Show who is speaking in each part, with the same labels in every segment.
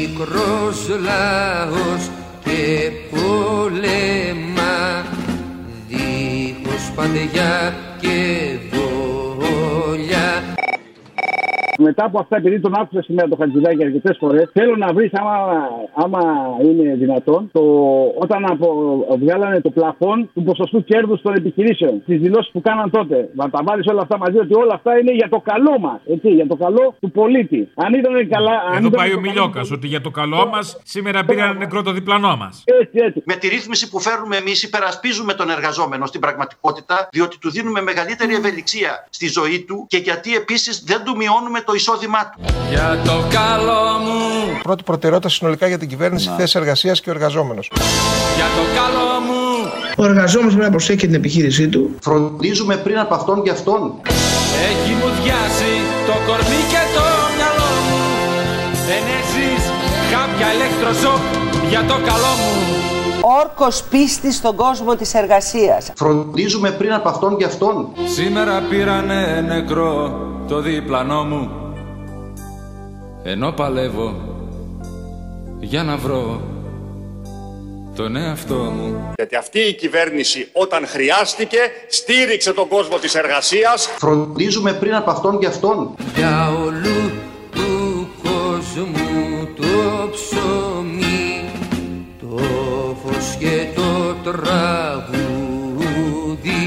Speaker 1: μικρός λαός και πόλεμα δίχως παντεγιά και βόλια
Speaker 2: Μετά από αυτά, επειδή τον άκουσα σήμερα το Χατζηδάκι αρκετές φορές, θέλω να βρεις, άμα, άμα είναι δυνατόν, το, όταν απο, βγάλανε το πλαφόν του ποσοστού κέρδους των επιχειρήσεων. Τις δηλώσεις που κάναν τότε. Να τα βάλεις όλα αυτά μαζί, ότι όλα αυτά είναι για το καλό μας. Για το καλό του πολίτη. Αν ήταν καλά. αν
Speaker 3: Εδώ
Speaker 2: ήταν
Speaker 3: πάει
Speaker 2: το
Speaker 3: ο
Speaker 2: καλό
Speaker 3: Μιλιόκας
Speaker 2: του-
Speaker 3: ότι για το καλό μας σήμερα πήραν νεκρό το διπλανό μας.
Speaker 2: Έτσι, έτσι.
Speaker 4: Με τη ρύθμιση που φέρνουμε εμείς, υπερασπίζουμε τον εργαζόμενο στην πραγματικότητα, διότι του δίνουμε μεγαλύτερη ευελιξία στη ζωή του και γιατί επίσης δεν του μειώνουμε το εισόδημά του.
Speaker 1: για το καλό μου
Speaker 5: Πρώτη προτεραιότητα συνολικά για την κυβέρνηση θέση εργασίας και ο εργαζόμενο.
Speaker 1: για το καλό μου
Speaker 6: Ο εργαζόμενος πρέπει να προσέχει την επιχείρησή του
Speaker 4: Φροντίζουμε πριν από αυτόν και αυτόν.
Speaker 1: έχει μου διάσει το κορμί και το μυαλό μου δεν έχεις κάποια ηλεκτροσόκ για το καλό μου
Speaker 7: Όρκος πίστης στον κόσμο της εργασίας.
Speaker 4: Φροντίζουμε πριν από αυτόν και αυτόν.
Speaker 1: Σήμερα πήρανε νεκρό το διπλανό μου Ενώ παλεύω για να βρω τον εαυτό μου
Speaker 8: Γιατί αυτή η κυβέρνηση όταν χρειάστηκε στήριξε τον κόσμο της εργασίας
Speaker 4: Φροντίζουμε πριν από αυτόν και αυτόν.
Speaker 1: Για όλου του κόσμου το ψωμί Το φως και το τραγούδι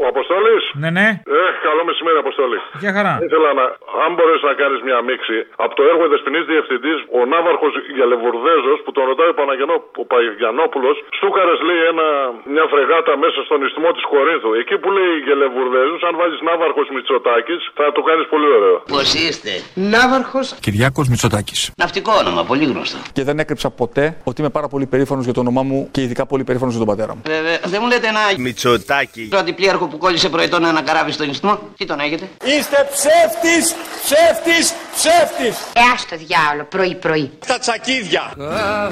Speaker 9: Ο Αποστόλης.
Speaker 3: Ναι, ναι,
Speaker 9: Ε, καλό μεσημέρι, Αποστόλη.
Speaker 3: για χαρά.
Speaker 9: Ήθελα να, αν μπορέσει να κάνεις μια μίξη, από το έργο Δεσπινή Διευθυντής, ο Ναύαρχος Γελεβουρδέζος, που τον ρωτάει ο, Παναγενό- ο Παγιανόπουλος, στούκαρες λέει ένα, μια φρεγάτα μέσα στον ισθμό της Κορίνθου. Εκεί που λέει Γελεβουρδέζος, αν βάζεις Ναύαρχος Μητσοτάκης, θα το κάνεις πολύ ωραίο.
Speaker 10: Πώς είστε.
Speaker 6: Ναύαρχος
Speaker 5: Κυριάκος Μητσοτάκης.
Speaker 10: Ναυτικό όνομα, πολύ γνωστό.
Speaker 8: Και δεν έκρυψα ποτέ ότι είμαι πάρα πολύ περήφανος για το όνομά μου και ειδικά πολύ περήφανος για τον πατέρα μου.
Speaker 10: Βέβαια, δεν μου λέτε ένα
Speaker 5: Μητσοτάκη.
Speaker 10: το αντιπλήρχο που κόλλησε πρωιτό να ανακαράβεις στον ιστμό. Τι τον έχετε.
Speaker 8: Είστε ψεύτης, ψεύτης, ψεύτης.
Speaker 7: Ε, ας το διάολο, πρωί πρωί.
Speaker 8: Τα τσακίδια.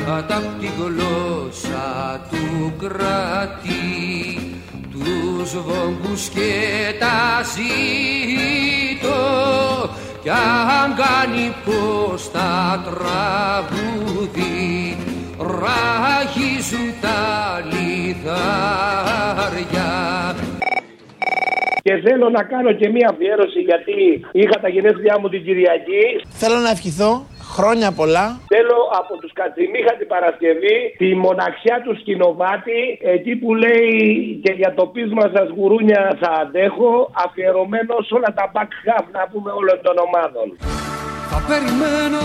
Speaker 1: Κάτω απ' τη γλώσσα του κράτη Τους βόγκους και τα ζήτω Κι αν κάνει πως τα τραγούδι Ράγιζουν τα λιθάρια
Speaker 2: Και θέλω να κάνω και μία αφιέρωση γιατί είχα τα γενέθλιά μου την Κυριακή.
Speaker 6: Θέλω να ευχηθώ χρόνια πολλά
Speaker 2: Θέλω από τους Κατσιμίχα την Παρασκευή τη μοναξιά του σκηνοβάτη εκεί που λέει και για το πείσμα σας γουρούνια θα αντέχω αφιερωμένος σε όλα τα back half να πούμε όλων των ομάδων.
Speaker 1: Θα περιμένω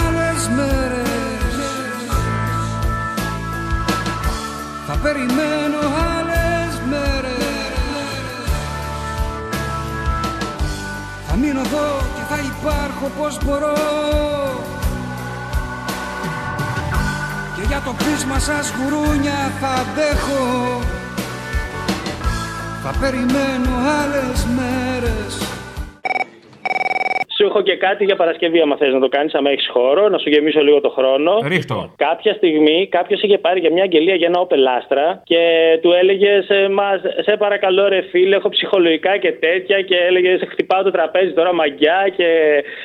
Speaker 1: άλλες μέρες Θα περιμένω άλλες μέρες Θα μείνω εδώ και θα υπάρχω πως μπορώ Και για το πείσμα σας γουρούνια θα αντέχω Θα περιμένω άλλες μέρες
Speaker 2: Σου έχω και κάτι για Παρασκευή άμα θες να το κάνεις, άμα έχεις χώρο, να σου γεμίσω λίγο το χρόνο.
Speaker 3: Ε, Ρίχτω.
Speaker 2: Κάποια στιγμή κάποιος είχε πάρει για μια αγγελία για ένα όπελάστρα και του έλεγες σε, μας, σε παρακαλώ ρε φίλε, έχω ψυχολογικά και τέτοια και έλεγες «Σε χτυπάω το τραπέζι τώρα μαγκιά και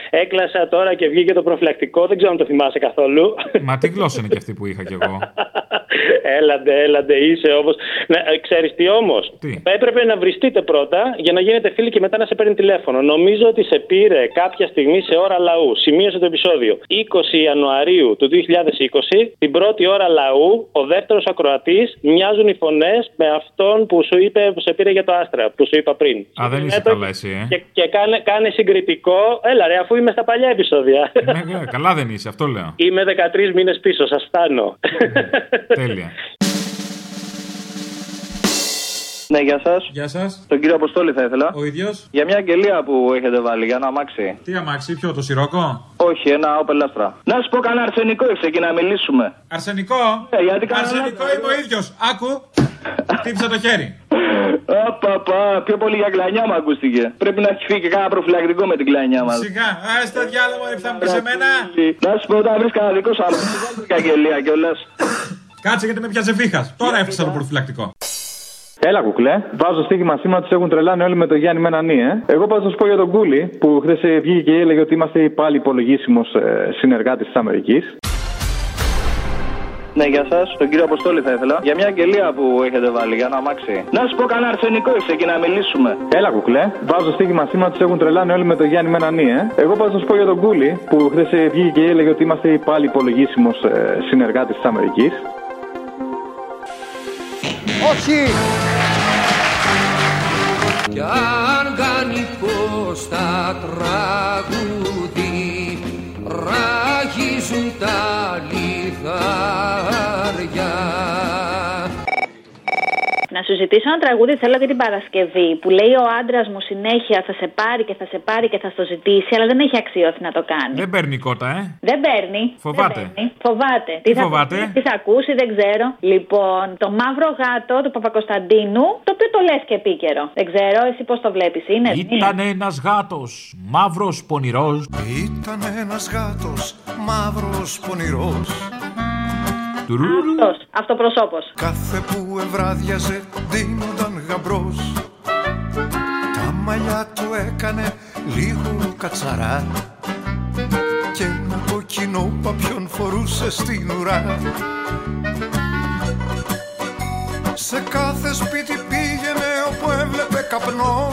Speaker 2: έκλασα τώρα και βγήκε το προφυλακτικό, δεν ξέρω αν το θυμάσαι καθόλου.
Speaker 3: Μα τι γλώσσα είναι και αυτή που είχα κι εγώ.
Speaker 2: έλαντε, έλαντε, είσαι όμως. Ξέρεις τι όμως.
Speaker 3: Τι?
Speaker 2: Έπρεπε να βριστείτε πρώτα για να γίνετε φίλοι και μετά να σε παίρνει τηλέφωνο. Νομίζω ότι σε πήρε κάποια στιγμή σε ώρα λαού. Σημείωσε το επεισόδιο. 20 Ιανουαρίου του 2020, την πρώτη ώρα λαού, ο δεύτερος ακροατής, μοιάζουν οι φωνές με αυτόν που σου είπε, που σε πήρε για το άστρα, που σου είπα πριν.
Speaker 3: Α, δεν είσαι
Speaker 2: Έπρεπε-
Speaker 3: καλά εσύ, ε.
Speaker 2: Και, και κάνε, κάνε συγκριτικό. Έλα, ρε, αφού είμαι στα παλιά επεισόδια.
Speaker 3: Ναι, ναι, καλά δεν είσαι, αυτό λέω.
Speaker 2: Είμαι 13 μήνες πίσω, σας φτάνω.
Speaker 3: Τέλεια.
Speaker 8: Ναι, γεια σας.
Speaker 3: Γεια σας.
Speaker 8: Τον κύριο Αποστόλη θα ήθελα.
Speaker 3: Ο ίδιος.
Speaker 8: Για μια αγγελία που έχετε βάλει, για ένα αμάξι.
Speaker 3: Τι αμάξι, ποιο το σιρόκο.
Speaker 8: Όχι, ένα όπελ άστρα. Να σου πω κανένα αρσενικό έχεις εκεί να μιλήσουμε.
Speaker 3: Αρσενικό.
Speaker 8: Ε, γιατί κάνω
Speaker 3: Αρσενικό
Speaker 8: λάθος.
Speaker 3: είμαι ο ίδιος. Άκου. Χτύπησα το χέρι.
Speaker 8: Απαπα, πιο πολύ για κλανιά μου ακούστηκε. Πρέπει να έχει φύγει και κανένα προφυλακτικό με την κλανιά μας.
Speaker 3: Σιγά. Α τα διάλογο, ρε, θα μου πει σε μένα.
Speaker 8: Να σου πω, όταν βρεις κανένα δικό σου άνθρωπο, δεν βρει καγγελία κιόλας.
Speaker 3: Κάτσε γιατί με πιάσε φίχα. Τώρα έφτιαξα το προφυλακτικό.
Speaker 8: Έλα, κουκλέ. Βάζω στοίχημα σήμα, τους έχουν τρελάνει όλοι με το Γιάννη με ένα νι, ε. Εγώ πάντω θα σου πω για τον Κούλι που χθες βγήκε και έλεγε ότι είμαστε πάλι υπολογίσιμος ε, συνεργάτη της Αμερικής. Ναι, για σας, τον κύριο Αποστόλη θα ήθελα. Για μια αγγελία που έχετε βάλει, για ένα αμάξι. Να σου πω κανένα αρσενικό είσαι και να μιλήσουμε. Έλα, κουκλέ. Βάζω στίγμα σήμα, τους έχουν τρελάνει όλοι με το Γιάννη με ένα νι, ε. Εγώ πάντω θα σου πω για τον Κούλι που χθες βγήκε και έλεγε ότι είμαστε πάλι υπολογίσιμος ε, συνεργάτη της Αμερικής.
Speaker 5: Όχι!
Speaker 11: Κι αν κάνει φως τα τραγούδι Ράγιζουν τα λιθάρια
Speaker 12: Να σου ζητήσω ένα τραγούδι θέλω για την Παρασκευή που λέει ο άντρας μου συνέχεια θα σε πάρει και θα σε πάρει και θα στο ζητήσει, αλλά δεν έχει αξιώθει να το κάνει.
Speaker 13: Ναι.
Speaker 3: Δεν παίρνει κότα, ε.
Speaker 12: Δεν παίρνει.
Speaker 3: Φοβάται.
Speaker 8: Ε,
Speaker 12: Δεν παίρνει. Φοβάται. Τι θα,
Speaker 3: φοβάται?
Speaker 12: Τι θα ακούσει, δεν ξέρω. Λοιπόν, το μαύρο γάτο του Παπακοσταντίνου, το οποίο το λες και επίκαιρο. Δεν ξέρω, εσύ πώς το βλέπεις,
Speaker 14: Ναι,
Speaker 12: είναι.
Speaker 15: Ήταν ένας γάτος, μαύρος πονηρός.
Speaker 16: Ήταν ένας γάτος, μαύρος πονηρός.
Speaker 12: Αυτός. Αυτοπροσώπος.
Speaker 16: Κάθε που ευράδιαζε δίνονταν γαμπρός Τα μαλλιά του έκανε λίγο κατσαρά Και ένα κοκκινό παπιόν φορούσε στην ουρά Σε κάθε σπίτι πήγαινε όπου έβλεπε καπνό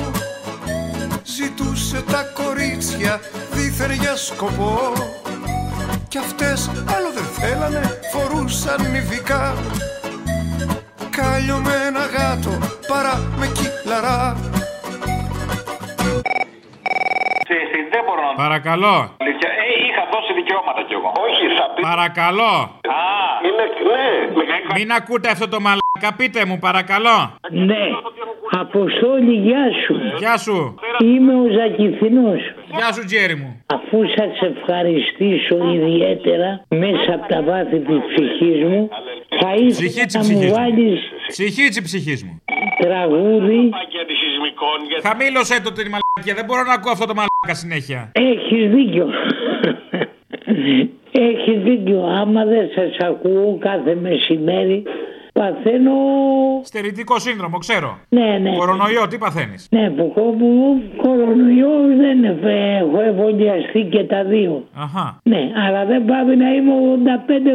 Speaker 16: Ζητούσε τα κορίτσια δίθεν για σκοπό Κι αυτές άλλο δεν θέλανε φορούσαν νηβικά Κάλιο με ένα γάτο παρά με κύλαρα
Speaker 3: Παρακαλώ.
Speaker 14: Αλήθεια. Ε, είχα δώσει δικαιώματα κι εγώ. Όχι, θα πει.
Speaker 3: Παρακαλώ.
Speaker 14: Α, είναι, ναι.
Speaker 3: Μην ακούτε αυτό το μαλάκα. Πείτε μου, παρακαλώ.
Speaker 13: Ναι. Αποστόλη, γεια
Speaker 14: Ε,
Speaker 13: σου.
Speaker 3: Γεια σου.
Speaker 13: Είμαι ο Ζακηθινός.
Speaker 3: Γεια σου, Τζέρι μου.
Speaker 13: Αφού σας ευχαριστήσω ιδιαίτερα μέσα από τα βάθη της ψυχής μου, θα ήθελα
Speaker 3: Ψυχίτσι
Speaker 13: να μου
Speaker 3: ψυχής μου.
Speaker 13: βάλεις
Speaker 3: Ψυχίτσι ψυχής μου.
Speaker 13: τραγούδι.
Speaker 14: Ε.
Speaker 3: Χαμήλωσέ το την μαλακία. Δεν μπορώ να ακούω αυτό το μαλακά συνέχεια.
Speaker 14: Ε.
Speaker 13: Έχεις δίκιο. Έχεις δίκιο. Άμα δεν σας ακούω κάθε μεσημέρι, παθαίνω...
Speaker 3: Στερητικό σύνδρομο, ξέρω.
Speaker 13: Ναι,
Speaker 14: Ε.
Speaker 13: ναι.
Speaker 3: Κορονοϊό, τι παθαίνεις.
Speaker 13: Ναι, που κόβω κορονοϊό δεν ε, έχω εμβολιαστεί και τα δύο.
Speaker 3: Αχά.
Speaker 13: Ναι, αλλά δεν πάβει να είμαι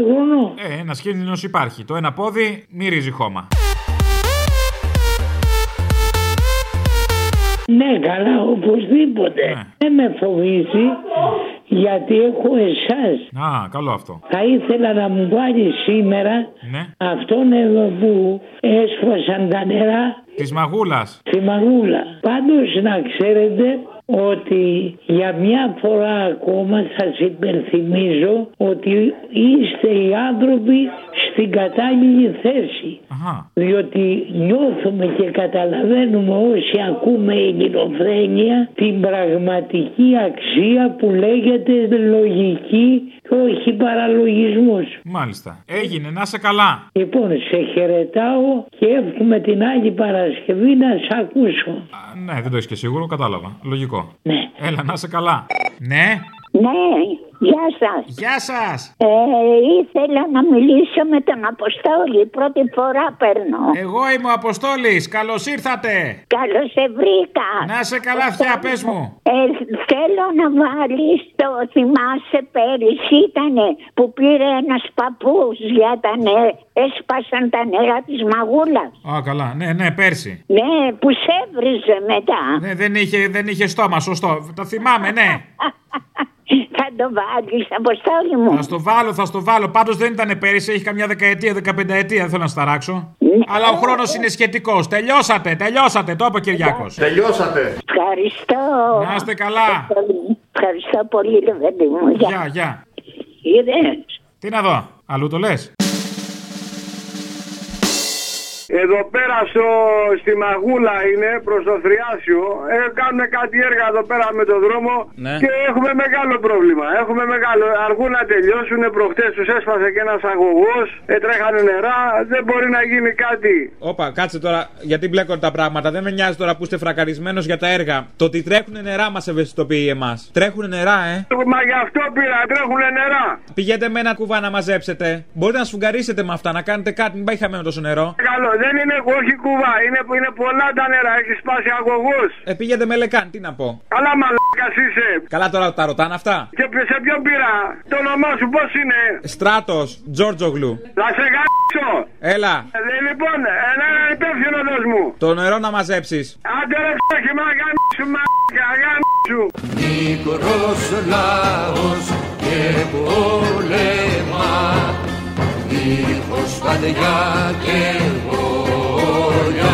Speaker 13: 85 χρονών.
Speaker 3: Ε, ένα κίνδυνος υπάρχει. Το ένα πόδι μυρίζει χώμα.
Speaker 13: Ναι, καλά, οπωσδήποτε. Δεν με φοβίζει, γιατί έχω εσάς.
Speaker 3: Α, καλό αυτό.
Speaker 13: Θα ήθελα να μου βάλει σήμερα
Speaker 3: Ναι.
Speaker 13: αυτόν εδώ που έσφασαν τα νερά
Speaker 3: Της μαγούλας.
Speaker 13: στη μαγούλα. Πάντως να ξέρετε ότι για μια φορά ακόμα σας υπενθυμίζω ότι είστε οι άνθρωποι στην κατάλληλη θέση.
Speaker 3: Αχα.
Speaker 13: Διότι νιώθουμε και καταλαβαίνουμε όσοι ακούμε ελληνοφρένεια την πραγματική αξία που λέγεται λογική και όχι παραλογισμός.
Speaker 3: Μάλιστα. Έγινε, να σε καλά.
Speaker 13: Λοιπόν, σε χαιρετάω και εύχομαι την Άγη Παρασκευή να σε ακούσω.
Speaker 3: Α, Ναι, δεν το έχεις και σίγουρο, κατάλαβα. Λογικό. Ναι. Έλα, να σε καλά. Ναι.
Speaker 17: Ναι, γεια σας.
Speaker 3: Γεια σας.
Speaker 17: Ε, ήθελα να μιλήσω με τον Αποστόλη, πρώτη φορά παίρνω.
Speaker 3: Εγώ είμαι ο Αποστόλης. Καλώς ήρθατε.
Speaker 17: Καλώς σε βρήκα.
Speaker 3: Να σε καλά, Θεά, πες μου.
Speaker 17: Ε, θέλω να βάλεις το θυμάσαι πέρυσι ήτανε που πήρε ένας παππούς για τα νε... έσπασαν τα νερά της μαγούλας.
Speaker 3: Α, καλά. Ναι, ναι, πέρσι.
Speaker 17: Ναι, που σε έβριζε μετά.
Speaker 3: Ναι, δεν είχε, δεν είχε στόμα, σωστό. Τα θυμάμαι, ναι.
Speaker 17: Θα το βάλεις, Αποστόλη μου.
Speaker 3: Θα στο βάλω, θα στο βάλω. Πάντως δεν ήταν πέρυσι, έχει καμιά δεκαετία, δεκαπενταετία. Δεν θέλω να σταράξω. Αλλά ο χρόνος είναι σχετικός. Τελειώσατε, τελειώσατε. Το είπε ο Κυριάκος.
Speaker 17: Τελειώσατε. Ευχαριστώ.
Speaker 3: Να είστε καλά.
Speaker 17: Ευχαριστώ πολύ, ρε παιδί μου.
Speaker 3: Γεια, γεια.
Speaker 17: Είδες.
Speaker 3: Τι να δω, αλλού το λες.
Speaker 18: Εδώ πέρα στο, στη Μαγούλα είναι προς το Θριάσιο. Ε, κάνουμε κάτι έργα εδώ πέρα με το δρόμο
Speaker 19: Ναι.
Speaker 18: και έχουμε μεγάλο πρόβλημα. Έχουμε μεγάλο. Αργούν να τελειώσουν. Προχτές τους έσπασε και ένας αγωγός. Ε, τρέχανε νερά. Δεν μπορεί να γίνει κάτι.
Speaker 3: Όπα, κάτσε τώρα, γιατί μπλέκονται τα πράγματα. Δεν με νοιάζει τώρα που είστε φρακαρισμένος για τα έργα. Το ότι τρέχουν νερά μας ευαισθητοποιεί εμάς. Τρέχουν νερά, ε.
Speaker 18: Μα γι' αυτό πήρα. Τρέχουν νερά.
Speaker 3: Πηγαίνετε με ένα κουβά να μαζέψετε. Μπορείτε να σφουγγαρίσετε με αυτά, να κάνετε κάτι, μην πάει χαμένο τόσο νερό.
Speaker 18: Καλό. δεν είναι όχι κουβά, είναι, είναι πολλά τα νερά, έχει σπάσει αγωγού.
Speaker 3: Ε, πήγαινε με λεκάν, τι να πω.
Speaker 18: Καλά μαλάκας είσαι.
Speaker 3: Καλά τώρα τα ρωτάνε αυτά.
Speaker 18: Και σε ποιον πειρά, το όνομά σου πώς είναι.
Speaker 3: Στράτος, Τζόρτζογλου.
Speaker 18: Να σε γάξω.
Speaker 3: Έλα,
Speaker 18: Λοιπόν, ένα υπεύθυνο δώσ' μου.
Speaker 3: το νερό να μαζέψεις.
Speaker 18: Άντε ρε ψάχη, μα γάμισου, μαλάκα, γάμισου.
Speaker 1: Μικρός λαός και πόλεμα Δίχως βατιά και βόλια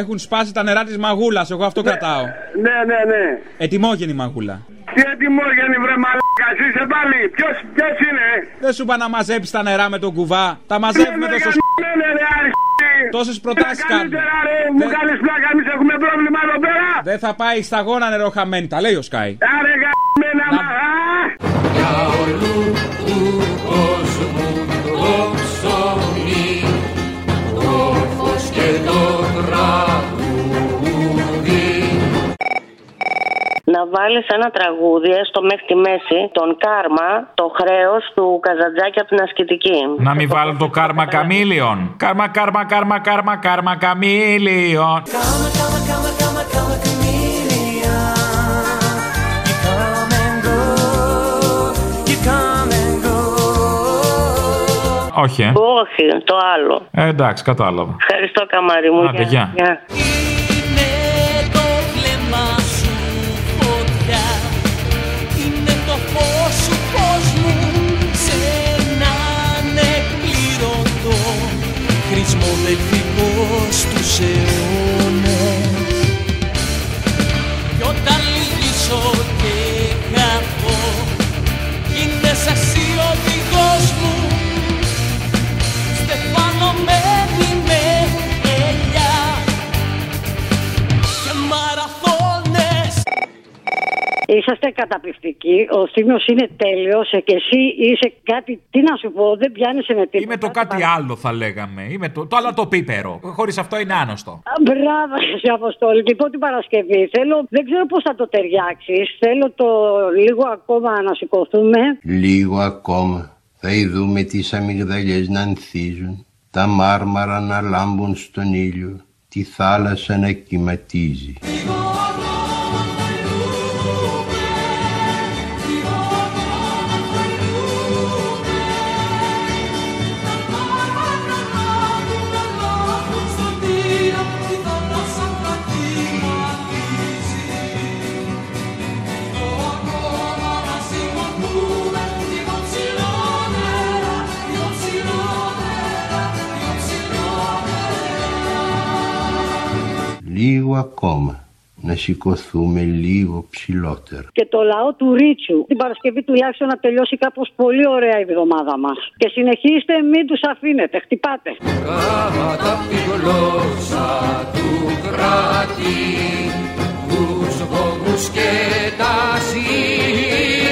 Speaker 3: Έχουν σπάσει τα νερά της μαγούλας, εγώ αυτό κρατάω.
Speaker 18: Ναι, ναι, ναι.
Speaker 3: Ετοιμόγενη μαγούλα.
Speaker 18: Τι ετοιμόγενη βρε μαλάκα, είσαι πάλι. Ποιος, ποιος είναι. ε?
Speaker 3: Δεν σου είπα να μαζέψεις τα νερά με τον κουβά. Τα μαζεύουμε
Speaker 18: Βρε,
Speaker 3: τόσο σ...
Speaker 18: Ναι, ναι, ναι, αριστερή.
Speaker 3: Τόσε προτάσει κάνουμε.
Speaker 18: Καλύτερα, ρε, μου κάνεις πλάκα, εμείς έχουμε πρόβλημα εδώ πέρα.
Speaker 3: Δεν θα πάει στα γόνα νερό χαμένη, τα λέει ο Σκάι.
Speaker 18: Άρε, γαμμένα, μα, α.
Speaker 1: Για όλου του κόσμου το ψωμί Το φως και το τραγούδι
Speaker 13: Να βάλεις ένα τραγούδι, έστω μέχρι τη μέση, τον Κάρμα, το χρέος του Καζαντζάκη από την ασκητική.
Speaker 20: Να μην βάλουν το κάρμα καμίλιον. Κάρμα, κάρμα, κάρμα, κάρμα, κάρμα καμίλιον. Όχι, ε.
Speaker 13: Όχι, το άλλο.
Speaker 20: Ε, εντάξει, κατάλαβα.
Speaker 13: Ευχαριστώ, καμάρι μου.
Speaker 20: Άντε, γεια.
Speaker 21: Είναι το βλέμμα σου φωτιά Είναι το φως σου κόσμου Σε έναν εκπληρωτό Χρησμοδευτικός τους αιώνες Κι όταν λυγίσω και χαθώ Είναι σαν εσύ ο οδηγός μου Στεφανωμένη με ελιά και μαραθώνες
Speaker 2: Είσαστε καταπληκτικοί. Ο Θήμιο είναι τέλειος και εσύ είσαι κάτι. Τι να σου πω, δεν πιάνει με τίποτα.
Speaker 20: Είμαι το κάτι άλλο θα λέγαμε. Είμαι το, το άλλο το πίπερο. Χωρίς αυτό είναι άνωστο.
Speaker 2: Α, Μπράβο, σε Αποστόλη. Λοιπόν, την Παρασκευή θέλω. Δεν ξέρω πώς θα το ταιριάξεις. Θέλω το λίγο ακόμα να σηκωθούμε.
Speaker 22: Λίγο ακόμα θα ειδούμε τις αμυγδαλιές να ανθίζουν, τα μάρμαρα να λάμπουν στον ήλιο, τη θάλασσα να κυματίζει. Λίγο ακόμα να σηκωθούμε λίγο ψηλότερα.
Speaker 2: Και το λαό του Ρίτσου. Την Παρασκευή τουλάχιστον να τελειώσει κάπως πολύ ωραία η εβδομάδα μας. Και συνεχίστε, μην τους αφήνετε. Χτυπάτε.
Speaker 1: Κάματα απ' τη γλώσσα του κράτη Τους βόγους και τα σύνορα